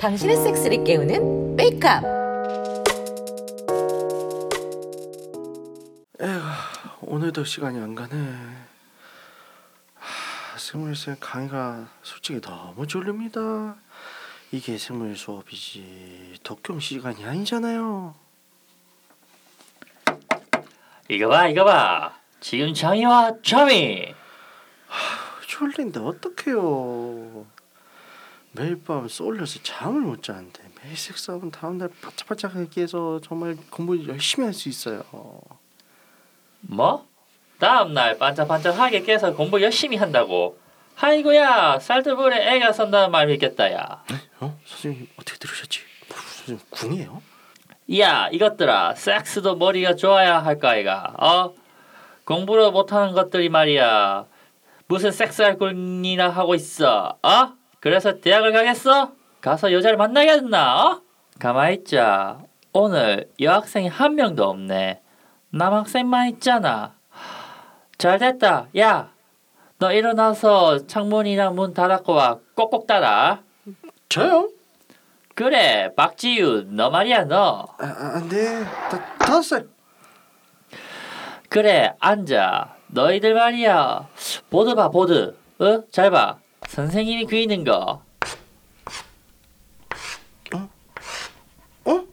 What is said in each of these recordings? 당신의 섹스를 깨우는 메이크업. 오늘도 시간이 안 가네. 하, 생물쌤 강의가 솔직히 너무 졸립니다. 이게 생물 수업이지 독경 시간이 아니잖아요. 이거 봐 이거 봐 지금 정이와 점이 졸린데 어떡해요. 매일 밤 쏠려서 잠을 못 자는데 매일 식사하면 다음날 바짝바짝하게 해서 정말 공부 열심히 할 수 있어요. 뭐? 다음날 반짝반짝하게 깨서 공부 열심히 한다고 아이고야 살들보래 애가 선다는 말 믿겠다 어? 선생님 어떻게 들으셨지? 선생님 궁이에요? 야야 이것들아 섹스도 머리가 좋아야 할 거 아이가 어? 공부를 못하는 것들이 말이야 무슨 섹스할 군이나 하고 있어 어? 그래서 대학을 가겠어? 가서 여자를 만나겠나 어? 가만있자 오늘 여학생이 한 명도 없네 남학생만 있잖아 잘됐다 야 너 일어나서 창문이나 문 닫았고 와 꼭꼭 닫아 저요? 그래 박지윤 너 말이야 너 아, 아, 안 돼. 다, 다섯 살. 그래 앉아 너희들 말이야 보드 봐 보드 어? 잘봐 선생님이 그리는 거 어?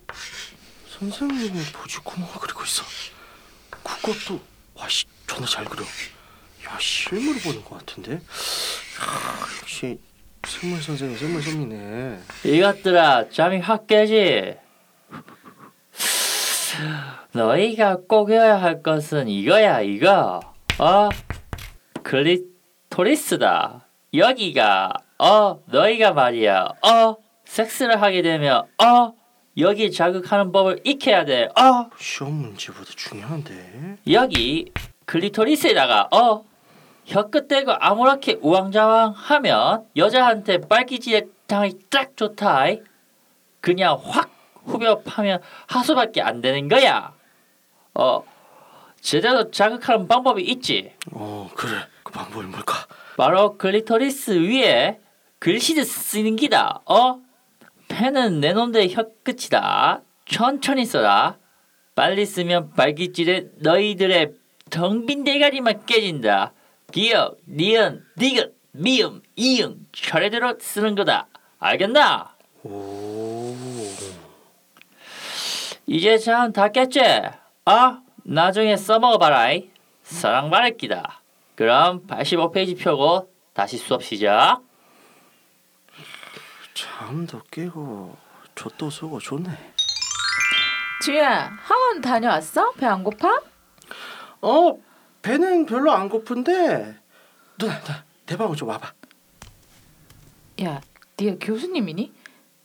선생님이 보지 구멍을 그리고 있어. 그것도 와씨 존나 잘 그려. 야 실물을 보는 것 같은데. 야, 역시 생물 선생님 생물 선미네. 이것들아 잠이 확 깨지 너희가 꼭 해야 할 것은 이거야 이거 어? 클리토리스다 여기가 어 너희가 말이야 어? 섹스를 하게 되면 어? 여기 자극하는 법을 익혀야 돼 어? 시험 문제보다 중요한데. 여기 클리토리스에다가 어 혀끝대고 아무렇게 우왕좌왕하면 여자한테 빨기지의 당이 딱 좋다. 이. 그냥 확 후벼 파면 하수밖에 안 되는 거야. 어 제대로 자극하는 방법이 있지. 어 그래 그 방법이 뭘까? 바로 클리토리스 위에 글씨를 쓰는 기다. 어? 펜은 내 놈들의 혀끝이다. 천천히 써라. 빨리 쓰면 발기질에 너희들의 텅빈 대가리만 깨진다. 기억, 니은, 니은, 미음, 이응 차례대로 쓰는 거다. 알겠나? 오. 이제 잠 다 깼지? 아, 나중에 써먹어봐라이. 사랑 바랄 기다. 그럼 85페이지 펴고 다시 수업 시작. 잠도 깨고 젖도 쓰고 좋네. 주야, 학원 다녀왔어? 배 안 고파? 어 배는 별로 안 고픈데 누나 누나 내 방으로 좀 와봐. 야, 네가 교수님이니?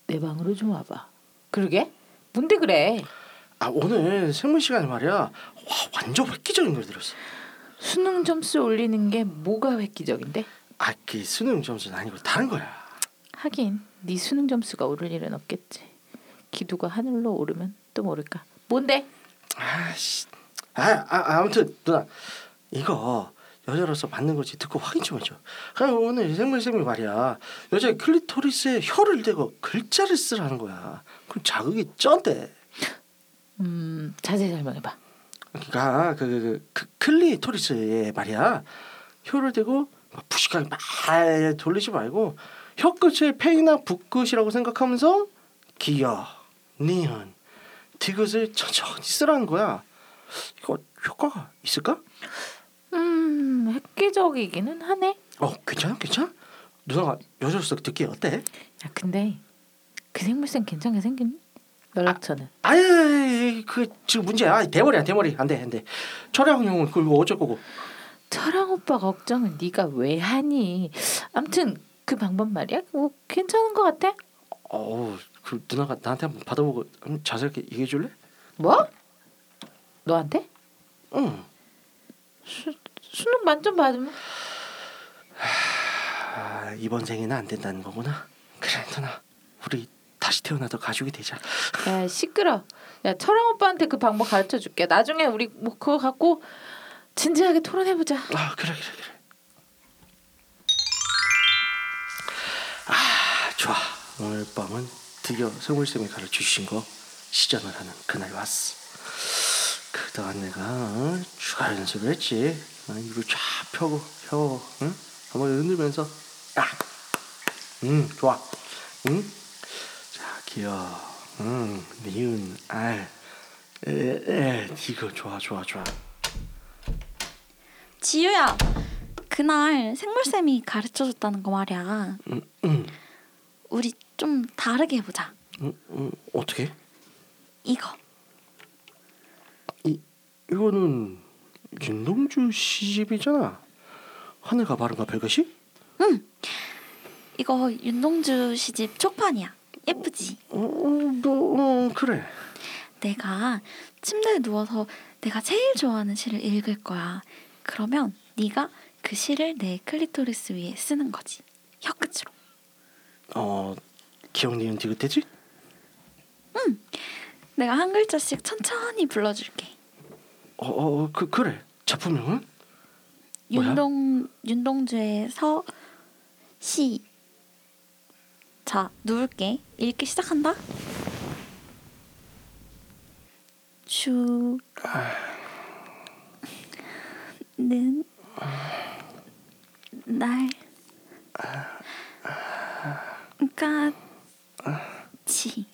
내 방으로 좀 와봐. 그러게? 뭔데 그래? 아 오늘 생물 시간에 말이야 와 완전 획기적인 걸 들었어. 수능 점수 올리는 게 뭐가 획기적인데? 아그 수능 점수는 아니고 다른 거야. 하긴 네 수능 점수가 오를 일은 없겠지. 기두가 하늘로 오르면 또 모를까. 뭔데? 아씨. 아, 아 아무튼 누나 이거 여자로서 받는 거지 듣고 확인 좀 해줘. 그냥 오늘 생물 쌤이 말이야 여자 클리토리스에 혀를 대고 글자를 쓰라는 거야. 그럼 자극이 쩐대. 음, 자세히 설명해봐. 그러니까 그, 그, 그 클리토리스에 말이야 혀를 대고 막 부식하게 막 돌리지 말고 혀 끝을 폐이나 붓끝이라고 생각하면서 기어, 니은, 디귿을 천천히 쓰라는 거야. 이거 효과가 있을까? 음, 획기적이기는 하네. 어 괜찮아 괜찮아? 누나가 여자로서 듣기 어때? 야, 근데 그 생물쌤 괜찮게 생긴? 연락처는? 아예 그 지금 문제야 아이, 대머리야 대머리 안돼 안돼 철양 형은 그거 어쩔 거고 철랑 오빠 걱정은 네가 왜 하니? 암튼 그 방법 말이야. 뭐 괜찮은 것 같아. 어우 그 누나가 나한테 한번 받아보고 한번 자세하게 얘기해 줄래? 뭐? 너한테? 응. 수, 수능 만점 받으면 아, 이번 생에는 안 된다는 거구나. 그래 누나, 우리 다시 태어나도 가족이 되자. 야 시끄러. 야 철랑 오빠한테 그 방법 가르쳐 줄게. 나중에 우리 뭐 그거 갖고 진지하게 토론해 보자. 아 그래 그래 그래. 좋아 오늘 밤은 드디어 성울 쌤이 가르쳐주신 거 시전을 하는 그날 왔어. 그동안 내가 어, 추가 연습을 했지. 어, 이불 쫙 펴고 펴고 응? 한번 흔들면서 야, 음 좋아, 응? 자 기어, 음 니은 알, 에에 이거 좋아 좋아 좋아. 지유야 그날 생물쌤이 가르쳐줬다는 거 말이야 음, 음, 우리 좀 다르게 해보자 음, 음 어떻게? 이거 이 이거는 김동주 시집이잖아. 하늘과 바람과 별것이? 이거 윤동주 시집 쪽판이야 예쁘지 어, 어, 뭐, 어, 그래. 내가 침대에 누워서 내가 제일 좋아하는 시를 읽을 거야 그러면 네가 그 시를 내 클리토리스 위에 쓰는 거지 혀끝으로 어, 기억 니은 디귿대지? 내가 한 글자씩 천천히 불러줄게 어, 어, 그 그래. 작품명은? 뭐야? 윤동 윤동주의 서 시. 자 누울게 읽기 시작한다. 주는 날 까지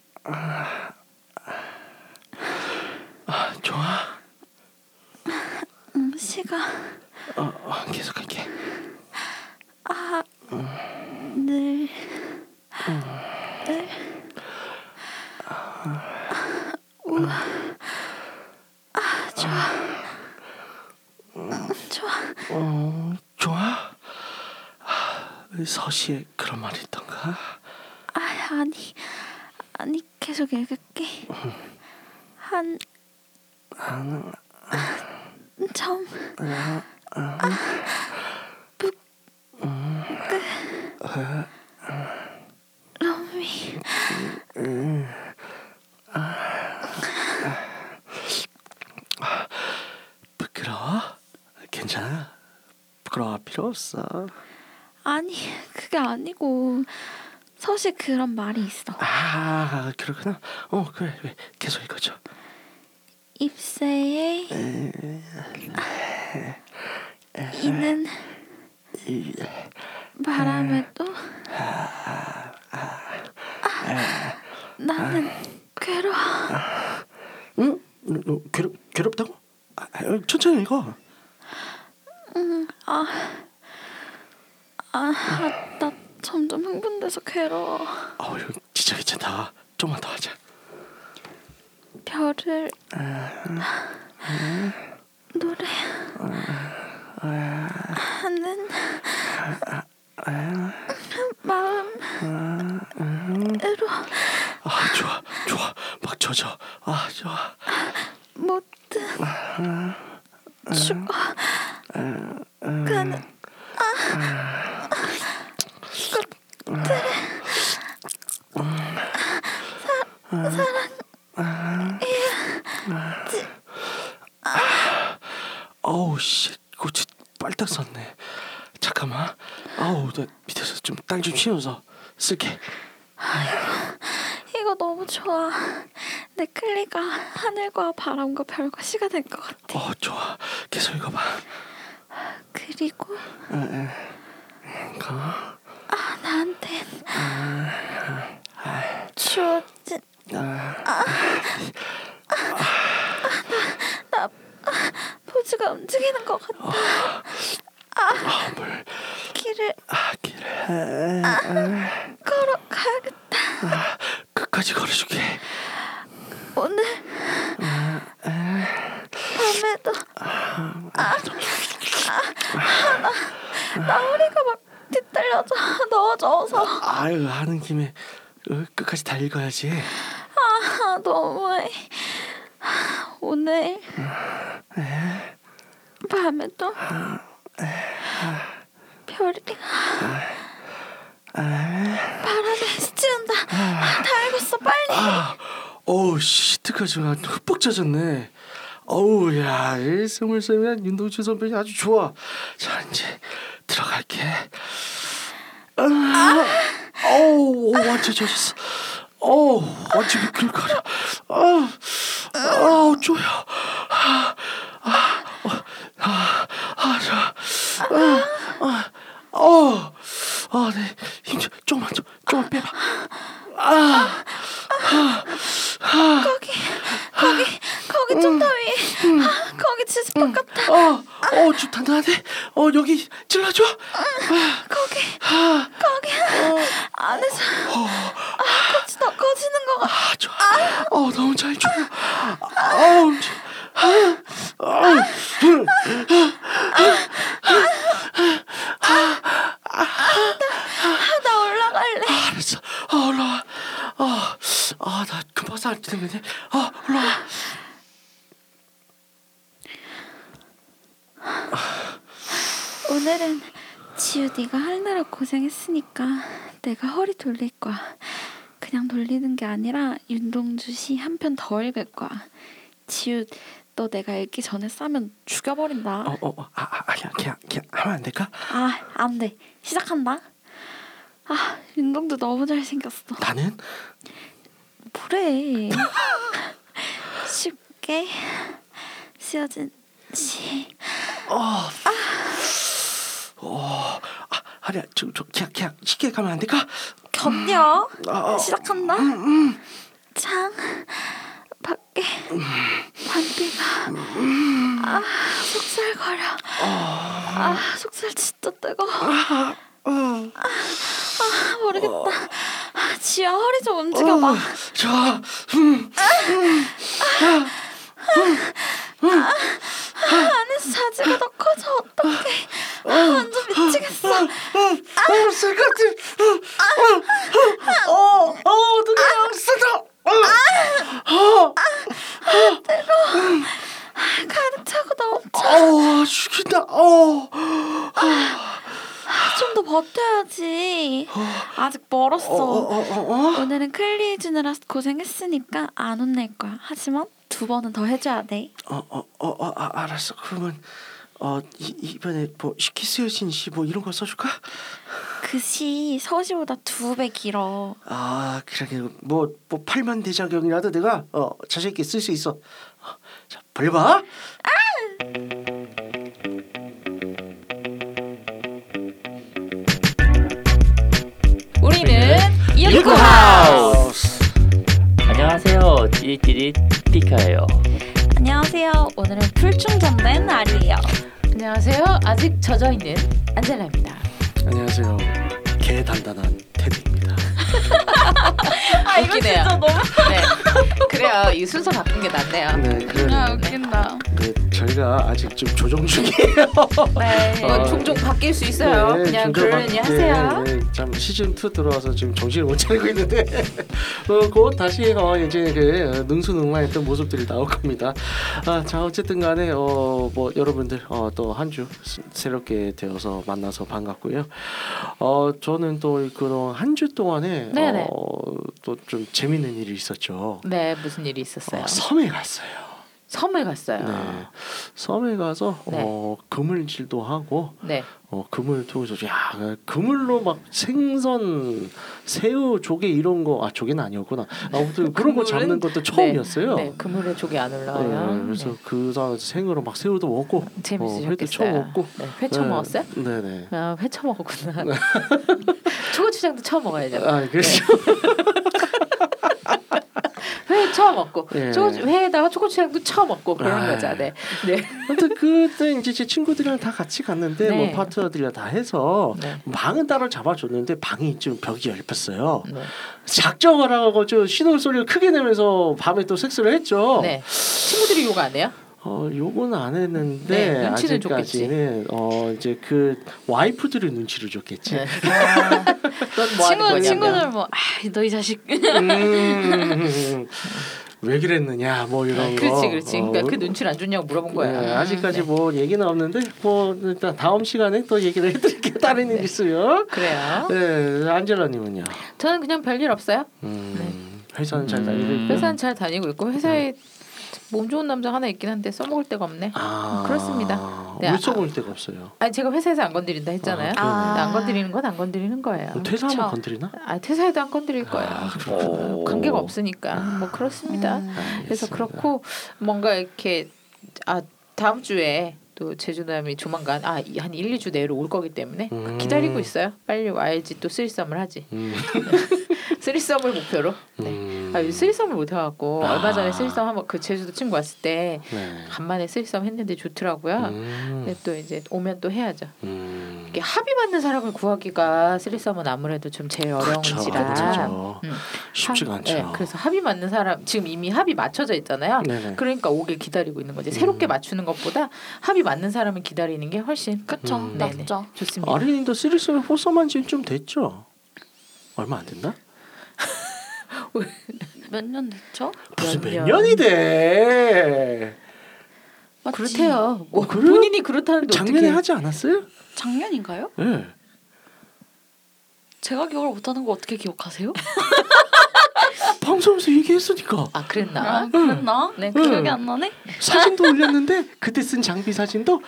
아, 좋아. 음, 시가 어, 어 계속할게. 늘 어, 좋아. 아, 서시에 그런 말이 있던가? 아, 아니 아니 계속 읽을게 한 점. 아, 부- 끝. 로미 부끄러워? 괜찮아. 부끄러워 필요 없어. 아니 그게 아니고 서시 그런 말이 있어 아, 그렇구나. 어, 그래. 그래. 계속 읽어줘. 입새에 이는 바람에도 아, 나는 괴로워 응? 너, 너 괴롭 괴롭다고? 아, 아, 천천히 읽어. 아, 나 점점 흥분돼서 괴로워 아우 이거 진짜 괜찮다. 좀만 더 하자. 별을 노래 하는 마음으로 아 좋아 좋아 막 젖어. 아 좋아. 못 죽어 가는 아우 씨 고치 빨딱 썼네. 잠깐만. 아우 나 밑에서 좀 땅 좀 치면서 쓸게. 이거 너무 좋아 내 클리가 하늘과 바람과 별과 시가 될 것 같아 어 좋아 계속 읽어봐. 그리고 가. 아 나한텐 주어진 아나나 포즈가 움직이는 것 같아 아물 길을 아, 아기를 걸어가야겠다 끝까지 걸어줄게. 오늘 밤에도 아, 아나 허리가 막 뒤틀려져 너무 더워서 아유 하는 김에 어, 끝까지 다 읽어야지. 아 너무해 오늘 밤에도 별이 바람에 스치는다 다 읽었어 빨리 아, 어우 시트까지 아주 흠뻑 젖었네. 어우 야, 이 스물쌤이랑 윤동주 선배님 아주 좋아. 자 이제 들어갈게. 아, 어우 완전 젖었어. 어우 완전 미끌거려. 아, 아우 쪼여. 아, 아, 어, 아, 아, 저, 아, 아, 어, 아, 네, 힘 좀, 조금만 좀, 조금만 빼봐. 아, 거기 거기 좀 더 위에 아, 거기 진짜 똑같다 어, 어, 좀 단단하네. 어, 여기 찔러줘. 거기 아, 거기 안에서 아, 거치 더 거치는 거 같아 아, 좋아. 어, 너무 잘 줘. 어, 아우, 아, 아우, 음. 나 올라갈래 알았어. 아 올라와. 아, 아, 나 금방 살찌는건데 아, 올라와. 오늘은 지우 네가 하느라 고생했으니까 내가 허리 돌릴 거야. 그냥 돌리는 게 아니라 윤동주 씨 한 편 더 읽을 거야. 지우 너 내가 읽기 전에 싸면 죽여버린다. 어, 어, 어, 아, 아, 아니야, 그냥, 그냥 하면 안 될까? 아 안 돼. 시작한다. 아 윤동주 너무 잘생겼어. 나는 뭐래. 쉽게 쓰여진 씨. 어. 아, 아니야, 좀, 좀, 그냥, 그냥 쉽게 가면 안 될까? 견뎌. 아, 어. 음. 시작한다. 창 밖에 반비가 음. 아 속살거려. 어. 아 속살 진짜 뜨거. 아 어, 모르겠다. 아, 지야 허리 좀 움직여봐. 어, 좋아. 음, 안에서 자지가 더 커져 어떡해. 아, 완전 미치겠어. 어, 쓸것같아 어, 어, 어, 누구야, 쓰다. 어, 가득 차고 너무 어, 죽인다. 어, 좀 더 버텨야지. 아직 어, 멀었어. 어, 어, 어. 오늘은 클리 해주느라 고생했으니까 안 혼낼 거야. 하지만 두 번은 더 해줘야 돼. 어 어 어 어, 아, 알았어 그러면 어 이, 이번에 뭐 시키스여신 씨뭐 이런 거 써줄까? 그시 서시보다 두 배 길어. 아 그러게 뭐뭐 팔만 대작용이라도 내가 어 자신 있게 쓸 수 있어. 어, 자 벌봐. 우리는 유쿠하우스. 안녕하세요. 찌릿찌릿 피카예요. 안녕하세요. 오늘은 풀충전된 날이에요. 안녕하세요. 아직 젖어 있는 안젤라입니다. 안녕하세요. 개 단단한 테드입니다. 아 이거 웃기네요. 진짜 너무 네. 그래요. 이 순서 바꾼 게 낫네요. 네 그러네. 웃긴다. 네 저희가 아직 좀 조정 중이에요. 네. 이건 아, 종종 바뀔 수 있어요. 네, 그냥 종종 그러려니 막- 하세요. 네, 네, 참 시즌 2 들어와서 지금 정신을 못 차리고 있는데 어, 곧 다시 어, 이제 그 능수능란했던 모습들이 나올 겁니다. 아, 자 어쨌든간에 어, 뭐 여러분들 어, 또 한 주 새롭게 되어서 만나서 반갑고요. 어, 저는 또 그런 한 주 동안에 네네. 어, 또 좀 재밌는 일이 있었죠. 네, 무슨 일이 있었어요? 어, 섬에 갔어요. 섬에 갔어요. 네. 섬에 가서 아. 네. 어, 그물질도 하고 네. 어 그물 통해서 야 그물로 막 생선 새우 조개 이런 거아 조개는 아니었구나 아무튼 그런 거 그물은- 잡는 것도 처음이었어요. 네, 그물에 조개 안 올라와요. 네, 그래서 그 상황에서 생으로 막 새우도 먹고 어, 회도 재밌으셨겠어요. 처먹고 네, 회 처음 먹었어요? 네네. 아, 회 처음 먹었구나. 초고추장도 처음 먹어야죠. 아 그렇죠. 네. 회 처음 먹고 네. 초고 회에다가 초고추장도 처음 먹고 그런 아. 거죠. 네. 네. 아무튼 그때 이제 제 친구들이랑 다 같이 갔는데 네. 뭐 파트너들이랑 다 해서 네. 방은 따로 잡아줬는데 방이 좀 벽이 얇았어요. 네. 작정을 하고 좀 신호 소리를 크게 내면서 밤에 또 섹스를 했죠. 네. 친구들이 욕 안 해요? 어 요건 안 했는데 네, 눈치를 아직까지는 어 이제 그 와이프들의 눈치를 줬겠지. 네. 아, 넌뭐 하는 거냐면 친구들 뭐, 아, 너희 자식. 음, 왜 그랬느냐 뭐 이런 거. 그렇지 그렇지. 그러니까 어, 그 눈치를 안 줬냐고 물어본 거야. 네, 음, 아직까지 네. 뭐 얘기는 없는데 뭐 일단 다음 시간에 또 얘기를 해드릴게요. 다른 네. 일 있으면. 그래요. 네, 안젤라님은요. 저는 그냥 별일 없어요. 네. 음, 회사는 잘 다니고 음. 있고요. 회사는 잘 다니고 있고 회사에 몸 좋은 남자 하나 있긴 한데 써먹을 데가 없네. 아, 그렇습니다. 네, 왜 아- 써볼 데가 없어요. 아니 제가 회사에서 안 건드린다 했잖아요. 아, 근데 안 건드리는 건 안 건드리는 거예요. 그럼 퇴사하면 그쵸. 건드리나? 아 퇴사해도 안 건드릴 거예요. 아, 그렇구나. 어, 관계가 없으니까 뭐 그렇습니다. 음. 그래서 알겠습니다. 그렇고 뭔가 이렇게 아 다음 주에 또 제주남이 조만간 아 한 1, 2주 내로 올 거기 때문에 음. 기다리고 있어요. 빨리 와야지 또 쓰리썸을 하지. 음. 쓰리썸을 목표로. 네. 음. 아, 쓰리썸을 못 해갖고 아. 얼마 전에 쓰리썸 한번 그 제주도 친구 왔을 때 네. 간만에 쓰리썸 했는데 좋더라고요. 음. 근데 또 이제 오면 또 해야죠. 음. 이게 합의 맞는 사람을 구하기가 쓰리썸은 아무래도 좀 제일 그렇죠. 어려운지라. 그렇죠. 음. 쉽지가 하- 않죠. 네, 그래서 합의 맞는 사람 지금 이미 합의 맞춰져 있잖아요. 네네. 그러니까 오길 기다리고 있는 거지. 새롭게 음. 맞추는 것보다 합의 맞는 사람을 기다리는 게 훨씬 그쵸 음. 네네. 낫죠. 좋습니다. 아린이도 쓰리썸을 포섬한 지좀 됐죠? 얼마 안 됐나? 몇 년 됐죠? 무슨 몇 년? 년이 돼? 맞지? 그렇대요. 뭐 어, 그래요? 본인이 그렇다는데 작년에 어떻게 하지 않았어요? 작년인가요? 예. 제가 기억을 못하는 거 어떻게 기억하세요? 방송에서 얘기했으니까 아 그랬나? 아, 그랬나? 네, 응. 기억이 안 나네. 사진도 올렸는데 그때 쓴 장비 사진도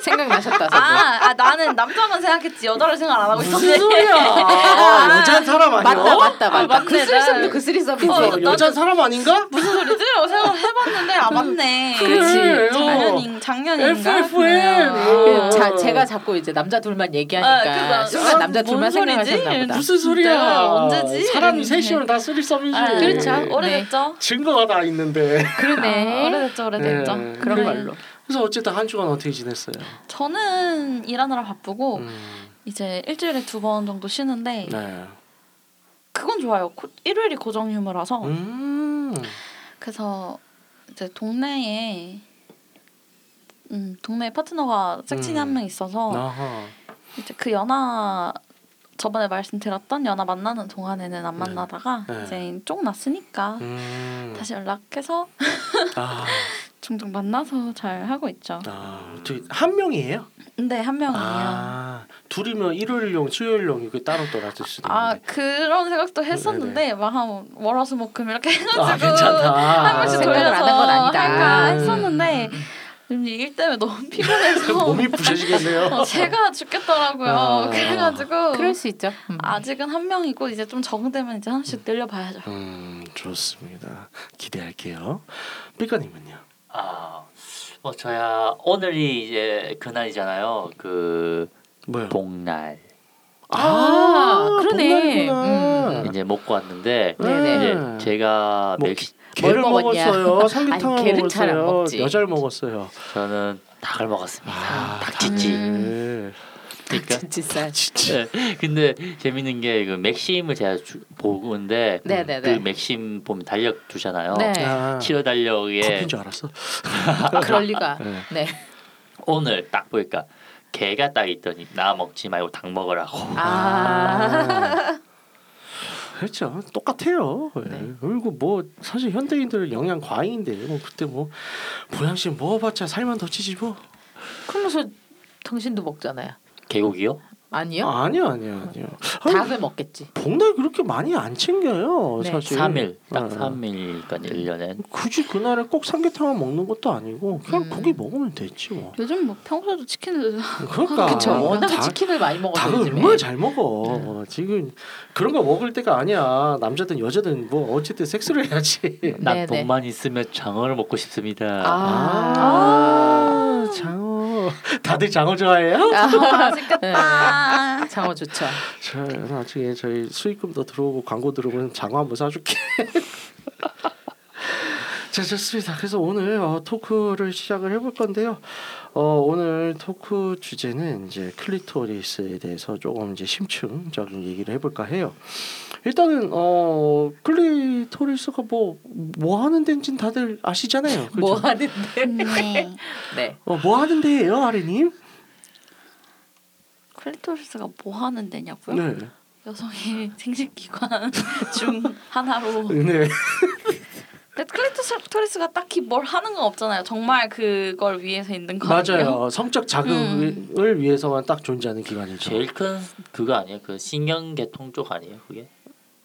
생각나셨다. 아, 아 나는 남자만 생각했지 여자를 생각 안 하고 있었네. 소리야? 여자 사람 아니야? 아, 맞다 맞다 맞다. 어? 맞네, 그 쓰리썸도 나- 그 쓰리썸이지. 어, 어, 여자 사람 아닌가? 무슨 소리지? 라고 생각을 해봤는데 아 맞네. 그래요. 작년인 작년인가? 아, FFM. 예, 어, 그래요. 자, 제가 자꾸 이제 남자 둘만 아, 얘기하니까 그거- 순간 아, 남자 뭔 둘만 소리지? 생각하셨나 보다. 무슨 소리야? 진짜? 언제지? 사람이 이랬는데. 셋이면 다 쓰리썸이지. 아, 그렇죠. 네. 오래됐죠. 증거가 다 있는데. 그러네. 아, 오래됐죠, 오래됐죠. 네. 그런 네. 걸로. 그래서 어쨌든 한 주간 어떻게 지냈어요? 저는 일하느라 바쁘고 음, 이제 일주일에 두 번 정도 쉬는데 네. 그건 좋아요. 고- 일요일이 고정 휴무라서 음. 그래서 이제 동네에 음 동네 파트너가 짝친이 음. 한 명 있어서 아하. 이제 그 연하 저번에 말씀드렸던 연하 만나는 동안에는 안 만나다가 네. 이제 쫑 났으니까 음. 다시 연락해서 아, 종종 만나서 잘 하고 있죠. 아, 어떻게- 한 명이에요? 근데 한 명이에요. 아, 아, 둘이면 일요일용, 수요일용 이게 따로 떨어질 수도 아, 있는데. 그런 생각도 했었는데 막 한 월화수목금 이렇게 해가지고 네, 아, 괜찮다. 아. 한 번씩 생각을 돌려서 안한건 아니다. 할까 음. 했었는데 요즘 일 때문에 너무 피곤해서 몸이 부셔지겠네요. 어, 제가 죽겠더라고요. 아. 그래가지고 그럴 수 있죠. 음. 아직은 한 명이고 이제 좀 적응되면 이제 하나씩 늘려봐야죠. 음, 좋습니다. 기대할게요. 삐까님은요? 아, 뭐 저야 오늘이 이제 그날이잖아요. 그 뭐요? 복날 아, 그러네. 복날이구나. 음. 이제 먹고 왔는데 네네. 이제 제가 뭐 멕시 아, 개를 뭘 먹었냐? 먹었어요. 삼계탕을 아니, 개를 잘안 먹었어요. 먹지. 여자를 먹었어요. 저는 닭을 먹었습니다. 닭. 닭찜질. 음. 그러니까 닭진살. 진짜. 네, 근데 재밌는 게 그 맥심을 제가 주, 보고인데 네네네. 그 맥심 보면 달력 주잖아요. 네. 예. 아, 치료 달력에 커피인 줄 알았어. 그럴 리가. 네. 네. 오늘 딱 보니까 개가 딱 있더니 나 먹지 말고 닭 먹으라고. 아. 그렇죠. 똑같아요. 예. 네. 그리고 뭐 사실 현대인들 영양 과잉인데 뭐 그때 뭐 보양식 먹어봤자 살만 더 찌지 뭐. 그러면서 당신도 먹잖아요. 개고기요? 아니요? 아니요 아니요 아니요. 아니, 닭을 먹겠지. 복날 그렇게 많이 안 챙겨요 네, 사실. 3일 딱 어. 3일이니까 1년에 굳이 그날에 꼭 삼계탕만 먹는 것도 아니고 그냥 음. 고기 먹으면 되지 뭐. 요즘 뭐 평소에도 치킨을 그러니까 그쵸. 아, 워낙 다- 치킨을 많이 닭을 먹어서 요즘에. 얼마나 잘 먹어. 네. 지금 그런 거 먹을 때가 아니야. 남자든 여자든 뭐 어쨌든 섹스를 해야지. 네네. 난 돈만 있으면 장어를 먹고 싶습니다. 아. 장어. 다들 장어 좋아해요? 맛있겠다. 아, 네. 장어 좋죠. 저 나중에 저희 수익금 더 들어오고 광고 들어오면 장어 한번 사줄게. 자 좋습니다. 그래서 오늘 어, 토크를 시작을 해볼 건데요. 어, 오늘 토크 주제는 이제 클리토리스에 대해서 조금 이제 심층적인 얘기를 해볼까 해요. 일단은 어, 클리토리스가 뭐 뭐 하는 데인지는 다들 아시잖아요. 그죠? 뭐 하는데? 네. 네. 어, 뭐 하는 데예요, 아리님? 클리토리스가 뭐 하는 데냐고요? 네. 여성의 생식기관 중뭐 하나로. 네. 근데 클리토리스가 딱히 뭘 하는 건 없잖아요. 정말 그걸 위해서 있는 거예요. 맞아요. 성적 자극을 음. 위해서만 딱 존재하는 기관이죠. 제일 큰 그거 아니에요? 그 신경계통 쪽 아니에요? 그게?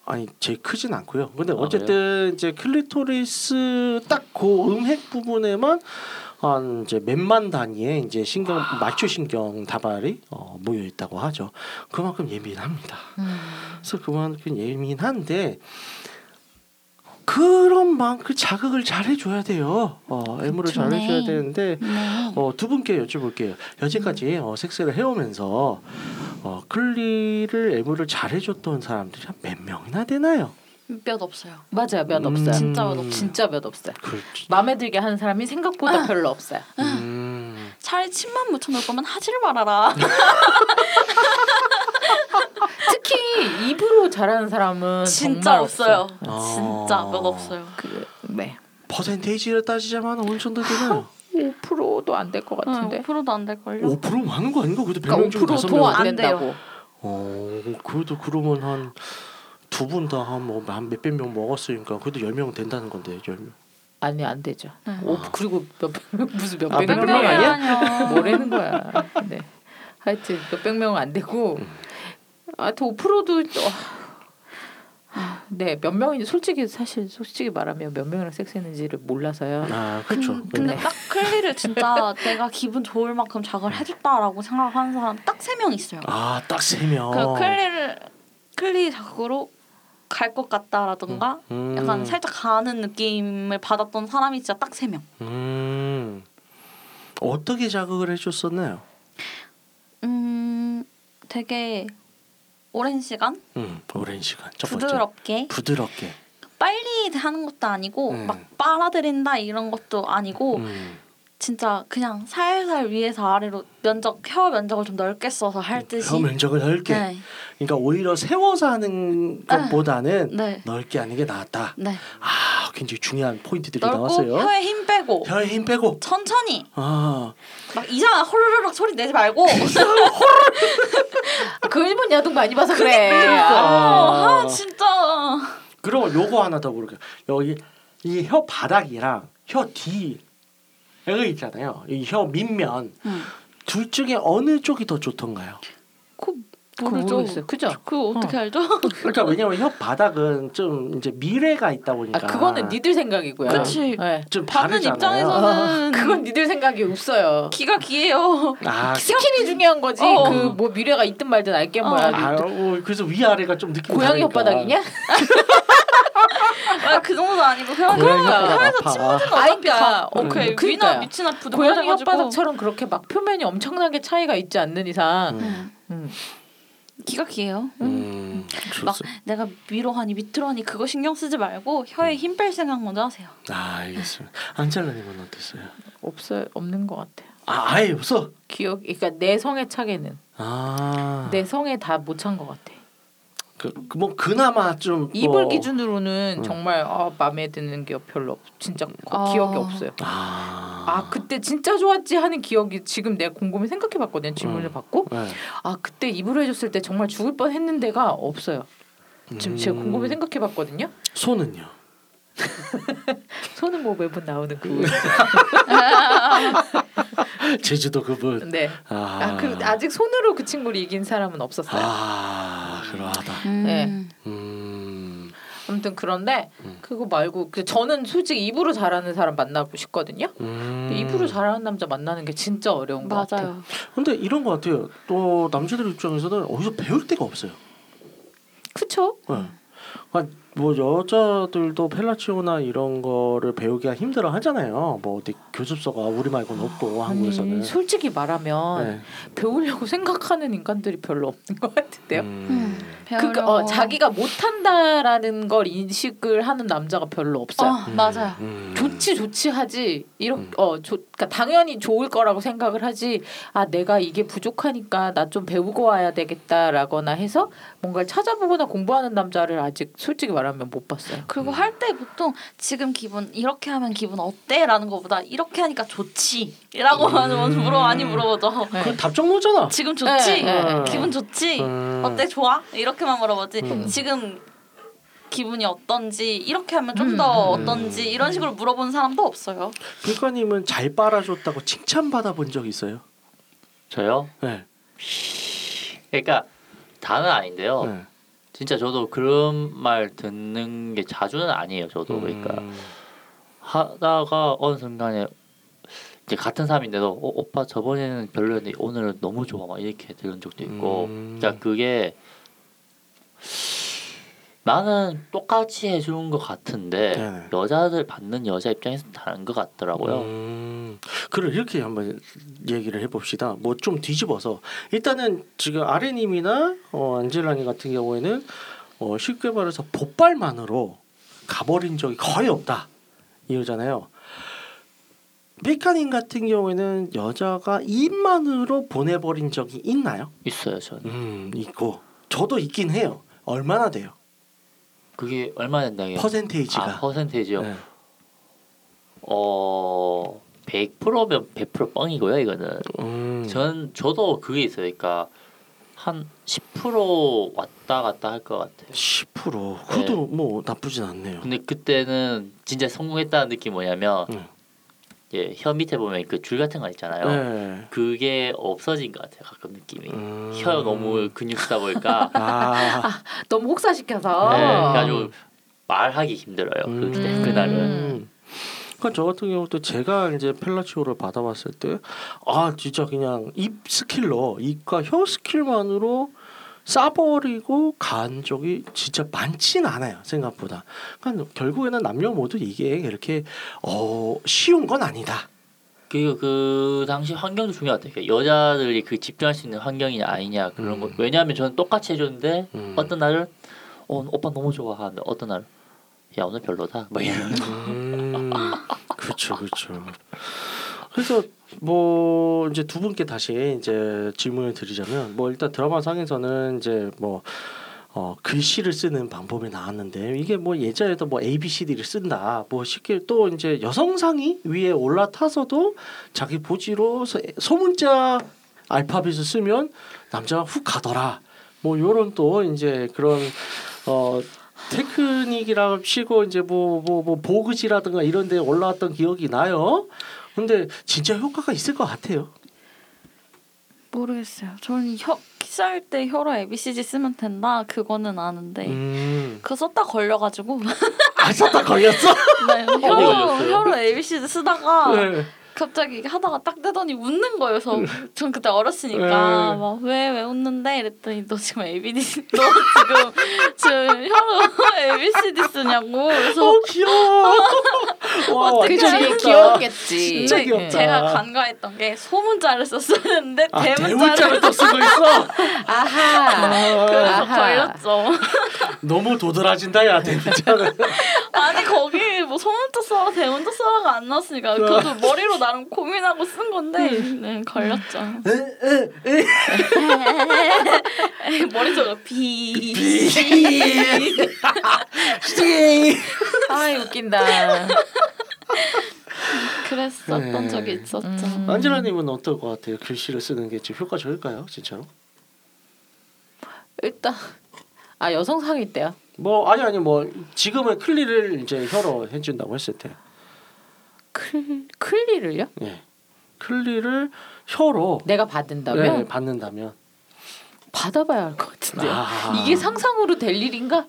아니 제일 크진 않고요. 근데 아, 어쨌든 이제 클리토리스 딱 그 음핵 부분에만 한 이제 몇만 단위의 이제 신경 마초 신경 다발이 어, 모여 있다고 하죠. 그만큼 예민합니다. 음. 그래서 그만큼 예민한데 그런 만큼 자극을 잘 해줘야 돼요. 어, 애무를 잘 그렇죠. 해줘야 네. 되는데 네. 어, 두 분께 여쭤볼게요. 여태까지 어, 섹스를 해오면서 어, 클리를 애무를 잘 해줬던 사람들이 한 몇 명이나 되나요? 몇 없어요. 맞아요 몇 음. 없어요 진짜 몇 없어요. 진짜 몇 없어요 그렇지. 마음에 들게 하는 사람이 생각보다 별로 없어요 아. 음. 차라리 침만 묻혀놓을 거면 하지를 말아라. 특히 입으로 잘하는 사람은 진짜 정말 없어요. 없어요. 진짜 어. 몇 없어요. 그네 퍼센테이지를 따지자면 어느 정도 되나요? 5%도 안 될 것 같은데 5%도 네, 안 될 걸요. 5% 많은 거 아닌가? 그래도 100명 그러니까 중에 5명 5%도 안 안 된다고 어, 그래도 그러면 한 두 분 다 한뭐한 몇백 명 먹었으니까 그래도 10명 된다는 건데 10명. 아니 안 되죠 네. 오, 그리고 몇 무슨 아, 몇백 몇백 명 명이 아니야 아니야? 뭐라는 거야 네 하여튼 몇백 명은 안 되고 하여튼 5%도 네몇 명인지 솔직히 사실 솔직히 말하면 몇 명이랑 섹스했는지를 몰라서요 아, 그렇죠. 음, 근- 근데 딱 클리를 진짜 내가 기분 좋을 만큼 자극을 해줬다라고 생각하는 사람 딱 세 명 있어요. 아, 딱 세 명. 그 클리를 클리 자극으로 갈 것 같다라던가 음. 약간 살짝 가는 느낌을 받았던 사람이 진짜 딱 세 명. 음. 어떻게 자극을 해 줬었나요? 음, 되게 오랜 시간 음, 오랜 시간. 첫 번째. 부드럽게 부드럽게. 빨리 하는 것도 아니고 음. 막 빨아들인다 이런 것도 아니고 음. 진짜 그냥 살살 위에서 아래로 면적 혀 면적을 좀 넓게 써서 할 듯이 혀 면적을 넓게. 네. 그러니까 오히려 세워서 하는 아, 것보다는 네. 넓게 하는 게 나았다. 네. 아, 굉장히 중요한 포인트들이 넓고 나왔어요. 혀에 힘 빼고 혀에 힘 빼고. 천천히 아, 막 이상한 호르르륵 소리 내지 말고 그 일본 야동 많이 봐서 그래. 그러니까. 아, 아. 아 진짜 그럼 요거 하나 더 물을게요. 여기 이 혀 바닥이랑 혀 뒤 여기 있잖아요. 이 혀 밑면 둘 중에 어느 쪽이 더 좋던가요? 모르죠. 그죠? 아, 그 어떻게 알죠? 그러니까 왜냐면 혀 바닥은 좀 이제 미래가 있다 아 보니까 그거는 니들 생각이고요. 그치. 네. 좀 받는 다르잖아요. 입장에서는 그건 니들 생각이 없어요. 기가 기해요. 아, 스킬이 중요한 거지. 어. 그 뭐 미래가 있든 말든 알게 어. 뭐야. 아, 그러니까. 어, 그래서 위아래가 좀 느낌 고양이 다르니까. 혓바닥이냐? 아, 그 정도는 아니고 그냥 고양이 그러니까 혓바닥 혀에서 아파. 침묻은 아이, 어차피 다 음, 오케이 그러니까요. 위나 밑이나 부드 고양이 부드러워가지고. 혓바닥처럼 그렇게 막 표면이 엄청나게 차이가 있지 않는 이상. 음. 음. 기가 기해요. 음, 막 좋습니다. 내가 위로 하니 밑으로 하니 그거 신경 쓰지 말고 음. 혀에 힘 뺄 생각 먼저 하세요. 아, 알겠습니다. 안젤라님은 어땠어요? 없어 없는 것 같아요. 아, 아예 없어. 기억, 그러니까 내 성에 차게는 아, 내 성에 다 못 찬 것 같아. 그, 그, 뭐 그나마 좀 입을 뭐- 기준으로는 음. 정말 아, 마음에 드는 게 별로 없. 진짜 거- 아. 기억이 없어요. 아 아, 그때 진짜 좋았지 하는 기억이 지금 내가 곰곰이 생각해 봤거든요 질문을 음. 받고 네. 아 그때 입으로 해줬을 때 정말 죽을 뻔 했는데가 없어요 지금 제가 음. 곰곰이 생각해 봤거든요 손은요? 손은 뭐 매번 나오는 음. 그 제주도 그분. 네. 아, 아, 그 아직 손으로 그 친구를 이긴 사람은 없었어요. 아, 그러하다. 네. 음, 아무튼 그런데 음. 그거 말고 그 저는 솔직히 입으로 잘하는 사람 만나고 싶거든요. 음. 근데 입으로 잘하는 남자 만나는 게 진짜 어려운 것 같아요. 맞아요. 근데 이런 것 같아요. 또 남자들 입장에서는 어디서 배울 데가 없어요. 그쵸? 네. 그러니까 뭐 여자들도 펠라치오나 이런 거를 배우기가 힘들어 하잖아요. 뭐 어디 교습소가 우리 말고는 음, 없고 뭐 한국에서는. 아니, 솔직히 말하면 네. 배우려고 생각하는 인간들이 별로 없는 것 같은데요. 음. 그러니까 어, 자기가 못한다라는 걸 인식을 하는 남자가 별로 없어요. 어, 맞아요. 음. 좋지 좋지 하지 이렇게 음. 어 좋, 그러니까 당연히 좋을 거라고 생각을 하지 아 내가 이게 부족하니까 나 좀 배우고 와야 되겠다라거나 해서 뭔가를 찾아보거나 공부하는 남자를 아직 솔직히 말하면 못 봤어요. 그리고 할 때 보통 지금 기분 이렇게 하면 기분 어때라는 거보다 이렇게 하니까 좋지라고 음. 먼저 물어 많이 물어보죠. 네. 그 답정 놓잖아. 지금 네, 좋지? 네, 네. 기분 좋지? 음. 어때 좋아? 이렇게만 물어보지. 음. 지금 기분이 어떤지 이렇게 하면 좀 음. 더 음. 어떤지 이런 식으로 물어본 사람도 없어요. 그러니까 불가님은 잘 빨아줬다고 칭찬 받아본 적 있어요? 저요? 네. 그러니까 다는 아닌데요. 네. 진짜 저도 그런 말 듣는 게 자주는 아니에요. 저도 그러니까 음. 하다가 어느 순간에 이제 같은 사람인데도 어, 오빠 저번에는 별로였는데 오늘은 너무 좋아 막 이렇게 들은 적도 있고 음. 그러니까 그게 나는 똑같이 해주는 것 같은데 네네. 여자들 받는 여자 입장에서 다른 것 같더라고요. 음, 그럼 이렇게 한번 얘기를 해봅시다. 뭐 좀 뒤집어서 일단은 지금 아레님이나 어, 안젤라님 같은 경우에는 어, 쉽게 말해서 보빨만으로 가버린 적이 거의 없다 이거잖아요. 메카님 같은 경우에는 여자가 입만으로 보내버린 적이 있나요? 있어요 저는. 음 있고 저도 있긴 해요. 얼마나 돼요? 그게 얼마 된다고요? 퍼센테이지가 아 퍼센테이지요. 네. 어 100%면 100% 뻥이고요 이거는. 음, 전 저도 그게 있어요. 그러니까 한 10% 왔다 갔다 할 것 같아요. 10% 그것도 네. 뭐 나쁘진 않네요. 근데 그때는 진짜 성공했다는 느낌 이 뭐냐면 음. 예, 혀 밑에 보면 그 줄 같은 거 있잖아요. 네. 그게 없어진 것 같아요. 가끔 느낌이. 음. 혀 너무 근육 쓰다 보니까 아, 너무 혹사시켜서 네, 그래가지고 말하기 힘들어요. 음. 그때 그날은 음. 그러니까 저 같은 경우도 제가 이제 펠라치오를 받아봤을 때 아 진짜 그냥 입 스킬로 입과 혀 스킬만으로 싸버리고 간 적이 진짜 많진 않아요 생각보다. 그러니까 결국에는 남녀 모두 이게 이렇게 어 쉬운 건 아니다. 그리고 그 당시 환경도 중요하대요. 여자들이 그 집중할 수 있는 환경이냐 아니냐 그런 음. 거. 왜냐하면 저는 똑같이 해줬는데 음. 어떤 날은 어, 오빠 너무 좋아하는데 어떤 날은 야 오늘 별로다. 막 이런. 음, 그렇죠, 그렇죠. 그래서 뭐 이제 두 분께 다시 이제 질문을 드리자면 뭐 일단 드라마 상에서는 이제 뭐 어, 글씨를 쓰는 방법이 나왔는데 이게 뭐 예전에도 뭐 A B C D를 쓴다 뭐 쉽게 또 이제 여성상이 위에 올라타서도 자기 보지로 소- 소문자 알파벳을 쓰면 남자가 훅 가더라 뭐 요런 또 이제 그런 어 테크닉이라 치고 이제 뭐 뭐 뭐 보그지라든가 이런 데 올라왔던 기억이 나요. 근데 진짜 효과가 있을 것 같아요. 모르겠어요. 저는 혀 키스할 때 혀로 ABCG 쓰면 된다. 그거는 아는데 음. 그거 썼다 걸려가지고 아, 썼다 걸렸어. 네, 혀로 걸렸어요? 혀로 ABCG 쓰다가 네. 갑자기 하다가 딱 떼더니 웃는 거예요. 그래서 전 그때 어렸으니까 네. 막 왜 왜 웃는데 이랬더니 너 지금 ABD 너 지금 지금 혀로 ABCD 쓰냐고 그래서 어 귀여워. 와, 그 완전 저게 귀엽다. 귀여웠겠지. 진짜 근데 귀엽다. 네, 제가 간과했던 게 소문자를 썼었는데 아, 대문자를 대문자를 또 쓰고 있어. 아하. 아, 그래서 아하. 걸렸죠. 너무 도드라진다 야 대문자는. 아니 거기 뭐 소문자 써라 대문자 써라가 안 아. 나왔으니까 그것도 머리로 나름 고민하고 쓴 건데 음. 네, 걸렸죠. 에, 에, 에. 머리저가 비. 비. 씨. 아 웃긴다. 그랬었던 네. 적이 있었죠. 음. 안젤라님은 어떨 것 같아요? 글씨를 쓰는 게 지금 효과적일까요, 진짜로? 일단 아 여성상이 있대요. 뭐 아니 아니 뭐 지금은 클리를 이제 혀로 해준다고 했을 때. 클 클리를요? 예. 클리를 혀로 내가 예, 받는다면 받는다면 받아봐야 할 것 같은데. 요 아. 이게 상상으로 될 일인가?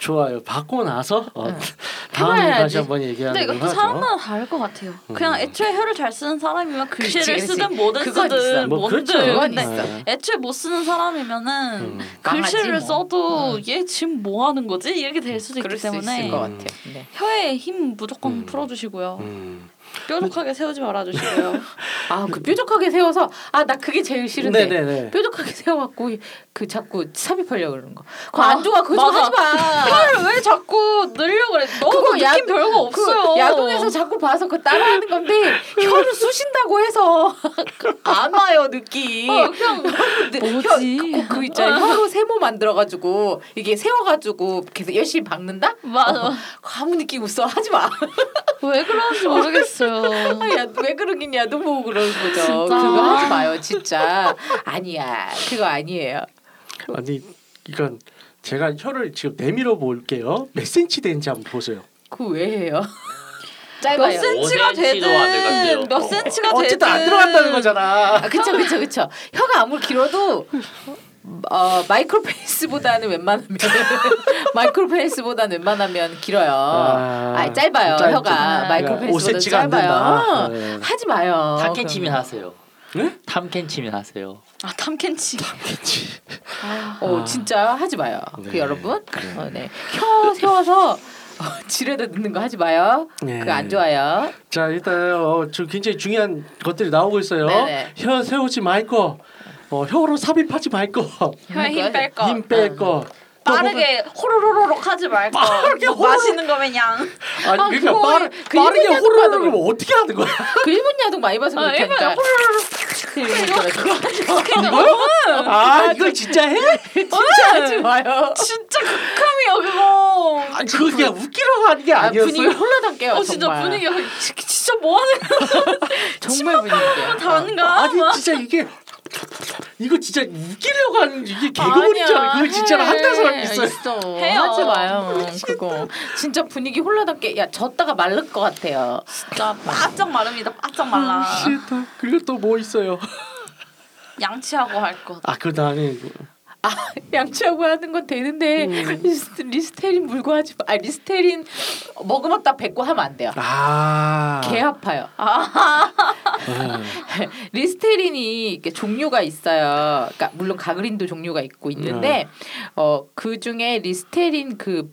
좋아요. 받고 나서 어, 응. 다음에 다시 해봐야지. 한번 얘기하는 근데 걸로 이것도 하죠. 사람마다 다를 것 같아요. 그냥 애초에 혀를 잘 쓰는 사람이면 글씨를 음. 그치, 그치. 쓰든 뭐든 그건 쓰든 있어. 뭐 뭔든 그렇죠. 그건 근데 있어. 애초에 못 쓰는 사람이면은 음. 글씨를 망하지 뭐. 써도 음. 얘 지금 뭐 하는 거지 이렇게 될 수도 그럴 있기 수 있을 때문에 것 같아요. 네. 혀에 힘 무조건 음. 풀어주시고요. 음. 뾰족하게 세우지 말아주시고요. 음. 아그 뾰족하게 세워서 아 나 그게 제일 싫은데. 네네네. 뾰족하게 세워갖고 그 자꾸 삽입하려 고 그러는 거. 그거 아, 안 좋아. 그거 좀 맞아. 하지 마. 혀를 왜 자꾸 늘려 그래? 너무 느낌 야- 별거 없어요. 그 야동에서 자꾸 봐서 그 따라하는 건데 혀를 쑤신다고 해서 안 와요 느낌. 어, 그냥 뭐지? 어. 꼭그 있잖아 혀로 세모 만들어가지고 이게 세워가지고 계속 열심히 박는다? 맞아. 어. 아무 느낌 없어 하지 마. 아, 왜 그러는지 모르겠어요. 야왜 그러긴 야동 보고 그러는 거죠. 진짜. 그거 하지 마요 진짜. 아니야 그거 아니에요. 아니 이건 제가 혀를 지금 내밀어 볼게요. 몇 센치 되는지 한번 보세요. 그거 왜 해요? 몇 짧아요. 센치가 5cm 도 안 돼가지고요. 되든 몇 센치가 되든 어쨌든 안 들어간다는 거잖아. 아, 그쵸 그쵸 그쵸. 혀가 아무리 길어도 어, 마이크로 페이스보다는 웬만하면 마이크로 페이스보다는 웬만하면 길어요. 아, 아, 짧아요. 짧죠. 혀가 마이크로 그러니까 5cm 가 페이스보다 안 된다. 짧아요. 네. 하지 마요. 탐켄치면 하세요. 네? 탐켄치면 하세요. 아 탐켄치. 네? 아, 어 진짜 하지 마요. 그 아. 네. 여러분. 어, 네. 혀 세워서 어, 지뢰다 듣는 거 하지 마요. 네. 그거 안 좋아요. 자 일단 어, 좀 굉장히 중요한 것들이 나오고 있어요. 네네. 혀 세우지 말고 어, 혀로 삽입하지 말고 그거 음. 혀에 힘뺄 거. 힘 빼고 빠르게 호로로로록 하지 말고 빠르게 뭐 호로록. 맛있는 거 그냥 아니 아, 그러니까 그거 빠르, 그 일본 빠르게 야구 호로로를 하는 거. 어떻게 하는 거야? 그 일본 야동 많이 봐서 어, 그렇게 일본에 하니까. 그 호로로록 그러니까 아 이걸 진짜 해? 진짜 하지 마요. 진짜 극함이야 그거 아니 그거 그냥 웃기려고 하는 게 아, 분위기 아니었어요. 혼란할게요. 어 진짜 정말. 분위기가 지- 진짜 뭐하는 정말 분위기야. 다는가 아니 진짜 이게 이거 진짜 웃기려고 하는 이게 개그물이잖아. 그걸 진짜 해. 한다는 사람 있어요. 있어. 해요. 하지 마요. 그거 진짜 분위기 혼란하게 야 졌다가 말릴 것 같아요. 진짜 바짝 마릅니다 바짝 말라 싫다. 그리고 또 뭐 있어요? 양치하고 할거 아 그 다음에 양치하고 하는 건 되는데 음. 리스, 리스테린 물고 하지 마. 아 리스테린 머금었다 뱉고 하면 안 돼요. 아 개 아파요. 아. 리스테린이 이렇게 종류가 있어요. 그러니까 물론 가그린도 종류가 있고 있는데 음. 어 그 중에 리스테린 그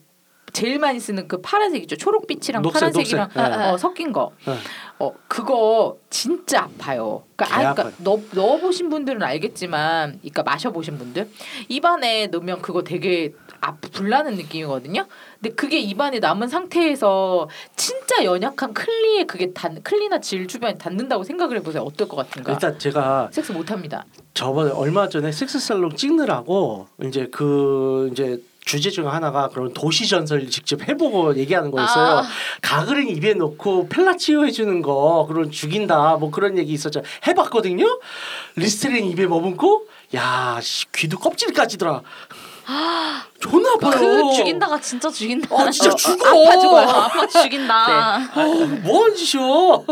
제일 많이 쓰는 그 파란색이죠. 초록빛이랑 녹색, 파란색이랑 녹색. 네. 어, 섞인 거. 네. 어 그거 진짜 아파요. 그러니까, 개 아, 그러니까 아파요. 넣, 넣어보신 분들은 알겠지만, 그러니까 마셔보신 분들 입안에 넣으면 그거 되게 아 불나는 느낌이거든요. 근데 그게 입안에 남은 상태에서 진짜 연약한 클리에 그게 단 클리나 질 주변에 닿는다고 생각을 해보세요. 어떨 것 그러니까 같은가? 일단 제가 섹스 못합니다. 저번에 얼마 전에 섹스 살롱 찍느라고 이제 그 이제 주제 중 하나가 그런 도시 전설 직접 해보고 얘기하는 거였어요. 아. 가그린 입에 넣고 펠라치오 해주는 거 그런 죽인다 뭐 그런 얘기 있었죠. 해봤거든요. 리스트린 입에 머금고 야 씨, 귀도 껍질까지더라. 아. 존나 아파요. 그 죽인다가 진짜 죽인다 어 진짜 죽어. 아파 죽어요 네. 아파 죽인다 어, 뭐하는 짓이오.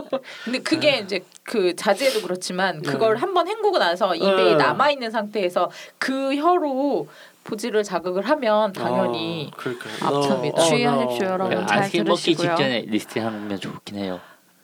근데 그게 이제 그 자제도 그렇지만 그걸 음. 네. 한번 헹구고 나서 입에 네. 남아 있는 상태에서 그 혀로 포지를 자극을 하면 당연히 어, 그러니까. 아픕니다. 어, 어, 주의하십시오, 어. 여러분. 잘 네, 아이스크림 먹기 들으시고요. 직전에 리스트 하면 좋긴 해요.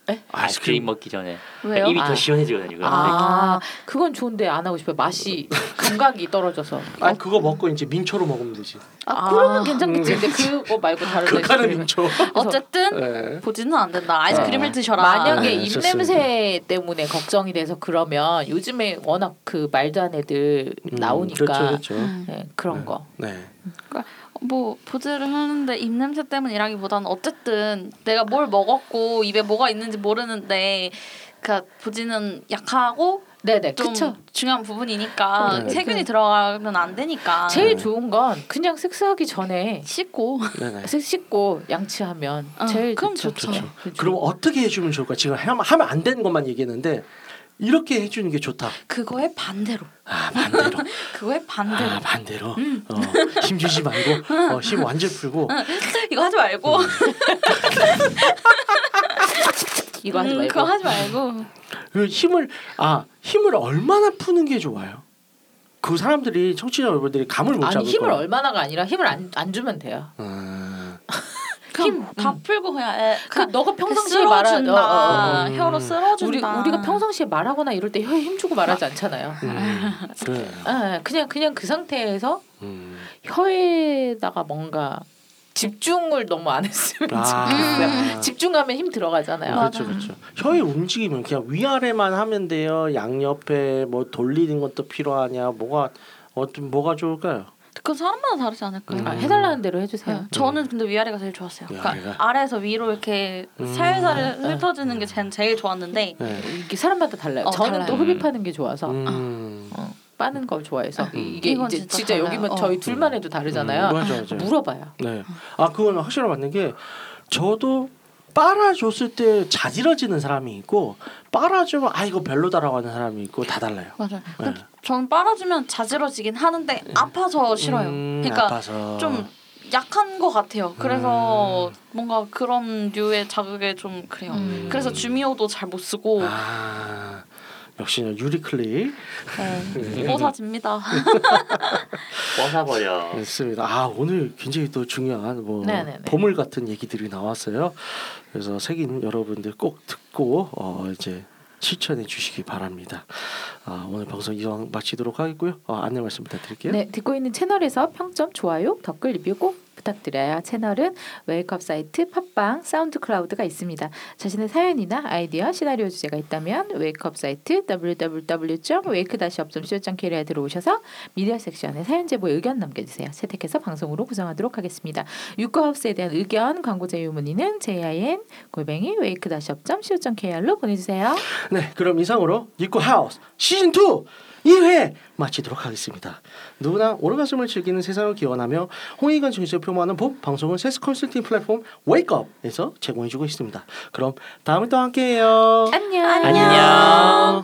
에? 아이스크림 먹기 전에 왜요? 입이 아. 더 시원해지거든요. 아. 아 그건 좋은데 안 하고 싶어요. 맛이 감각이 떨어져서. 아 그거 먹고 이제 민초로 먹으면 되지. 네, 아, 그러면 괜찮겠지. 근데 그거 말고 다른 극한의 아이스크림은. 민초. 어쨌든 네. 보지는 안 된다 아이스크림을 드셔라 만약에 네, 입냄새 때문에 걱정이 돼서 그러면 요즘에 워낙 그 말도 안 애들 음, 나오니까 그렇죠, 그렇죠. 음. 네, 그런 거. 네. 뭐 보지를 하는데 입냄새 때문이라기보다는 어쨌든 내가 뭘 먹었고 입에 뭐가 있는지 모르는데 그러니까 보지는 약하고 네네 좀 그쵸. 중요한 부분이니까 네. 세균이 들어가면 안 되니까 제일 좋은 건 그냥 섹스하기 전에 아, 씻고 네네. 섹 씻고 양치하면 어, 제일 그럼 좋죠. 좋죠. 그죠? 그럼 어떻게 해주면 좋을까? 지금 하면, 하면 안 되는 것만 얘기했는데 이렇게 해주는 게 좋다. 그거의 반대로 아 반대로. 그거의 반대로 아 반대로. 음. 어, 힘 주지 말고 어, 힘 완전 풀고. 아. 이거 하지 말고 음, 이거 하지 음, 말고 그거 하지 말고 그 힘을 아 힘을 얼마나 푸는 게 좋아요? 그 사람들이 청취자 여러분들이 감을 못 잡을 아니 힘을 거예요. 얼마나가 아니라 힘을 안, 안 주면 돼요. 음, 그냥 다 풀고 그냥 에, 음. 그 너가 평상시에 말한 어, 쓸어준다 어, 어. 어. 혀로 쓸어준다 우리 우리가 평상시에 말하거나 이럴 때 혀에 힘 주고 말하지 않잖아요. 음, 그래. 예, 그냥 그냥 그 상태에서 음. 혀에다가 뭔가 집중을 너무 안 했으면 좋겠어요. 아. 집중하면 힘 들어가잖아요. 음. 맞아. 그렇죠, 그렇죠. 혀의 움직임은 그냥 위아래만 하면 돼요. 양옆에 뭐 돌리는 것도 필요하냐, 뭐가 어떤 뭐가 좋을까요? 그건 사람마다 다르지 않을까요? 아, 해달라는 대로 해주세요. 네. 저는 근데 위아래가 제일 좋았어요. 그러니까 위아래가? 아래에서 위로 이렇게 음. 살살 흩어지는 게 제- 제일 좋았는데 네. 이게 사람마다 달라요. 어, 저는 또 달라요. 흡입하는 게 좋아서 음. 어, 빠는 걸 좋아해서 이- 이게 음. 이건 이제 진짜, 진짜 달라요. 여기면 어. 저희 둘만 해도 음, 다르잖아요. 맞아, 맞아. 물어봐요. 네. 아 그건 확실히 맞는 게 저도 빨아줬을 때 자지러지는 사람이 있고 빨아주면 아 이거 별로다라고 하는 사람이 있고 다 달라요. 맞아요. 네. 저는 빨아주면 자지러지긴 하는데 아파서 싫어요. 음, 그러니까 아파서. 좀 약한 것 같아요. 음. 그래서 뭔가 그런 류의 자극에 좀 그래요. 그래서 주미호도 잘 못 쓰고 아 역시나 유리클리 네. 뽀사집니다. 네, 뻗어버려. 있습니다. 아 오늘 굉장히 또 중요한 뭐 네네네. 보물 같은 얘기들이 나왔어요. 그래서 색인 여러분들 꼭 듣고 어, 이제 실천해 주시기 바랍니다. 아, 오늘 방송 이상 마치도록 하겠고요. 어, 안내 말씀 부탁드릴게요. 네, 듣고 있는 채널에서 평점, 좋아요, 댓글 리뷰 꼭 부탁드려요. 채널은 웨이크업 사이트, 팟빵, 사운드 클라우드가 있습니다. 자신의 사연이나 아이디어, 시나리오 주제가 있다면 웨이크업 사이트 www.wake-up.co.kr에 들어오셔서 미디어 섹션에 사연 제보 의견 남겨주세요. 채택해서 방송으로 구성하도록 하겠습니다. 유커하우스에 대한 의견, 광고 제휴 문의는 jin 골뱅이 wake-up.co.kr로 보내주세요. 네, 그럼 이상으로 니코 하우스 시즌 2 2회 마치도록 하겠습니다. 누구나 오르가즘을 즐기는 세상을 기원하며 홍익관 정신을 표모하는 법 방송은 세스 컨설팅 플랫폼 웨이크업에서 제공해주고 있습니다. 그럼 다음에 또 함께해요. 안녕. 안녕.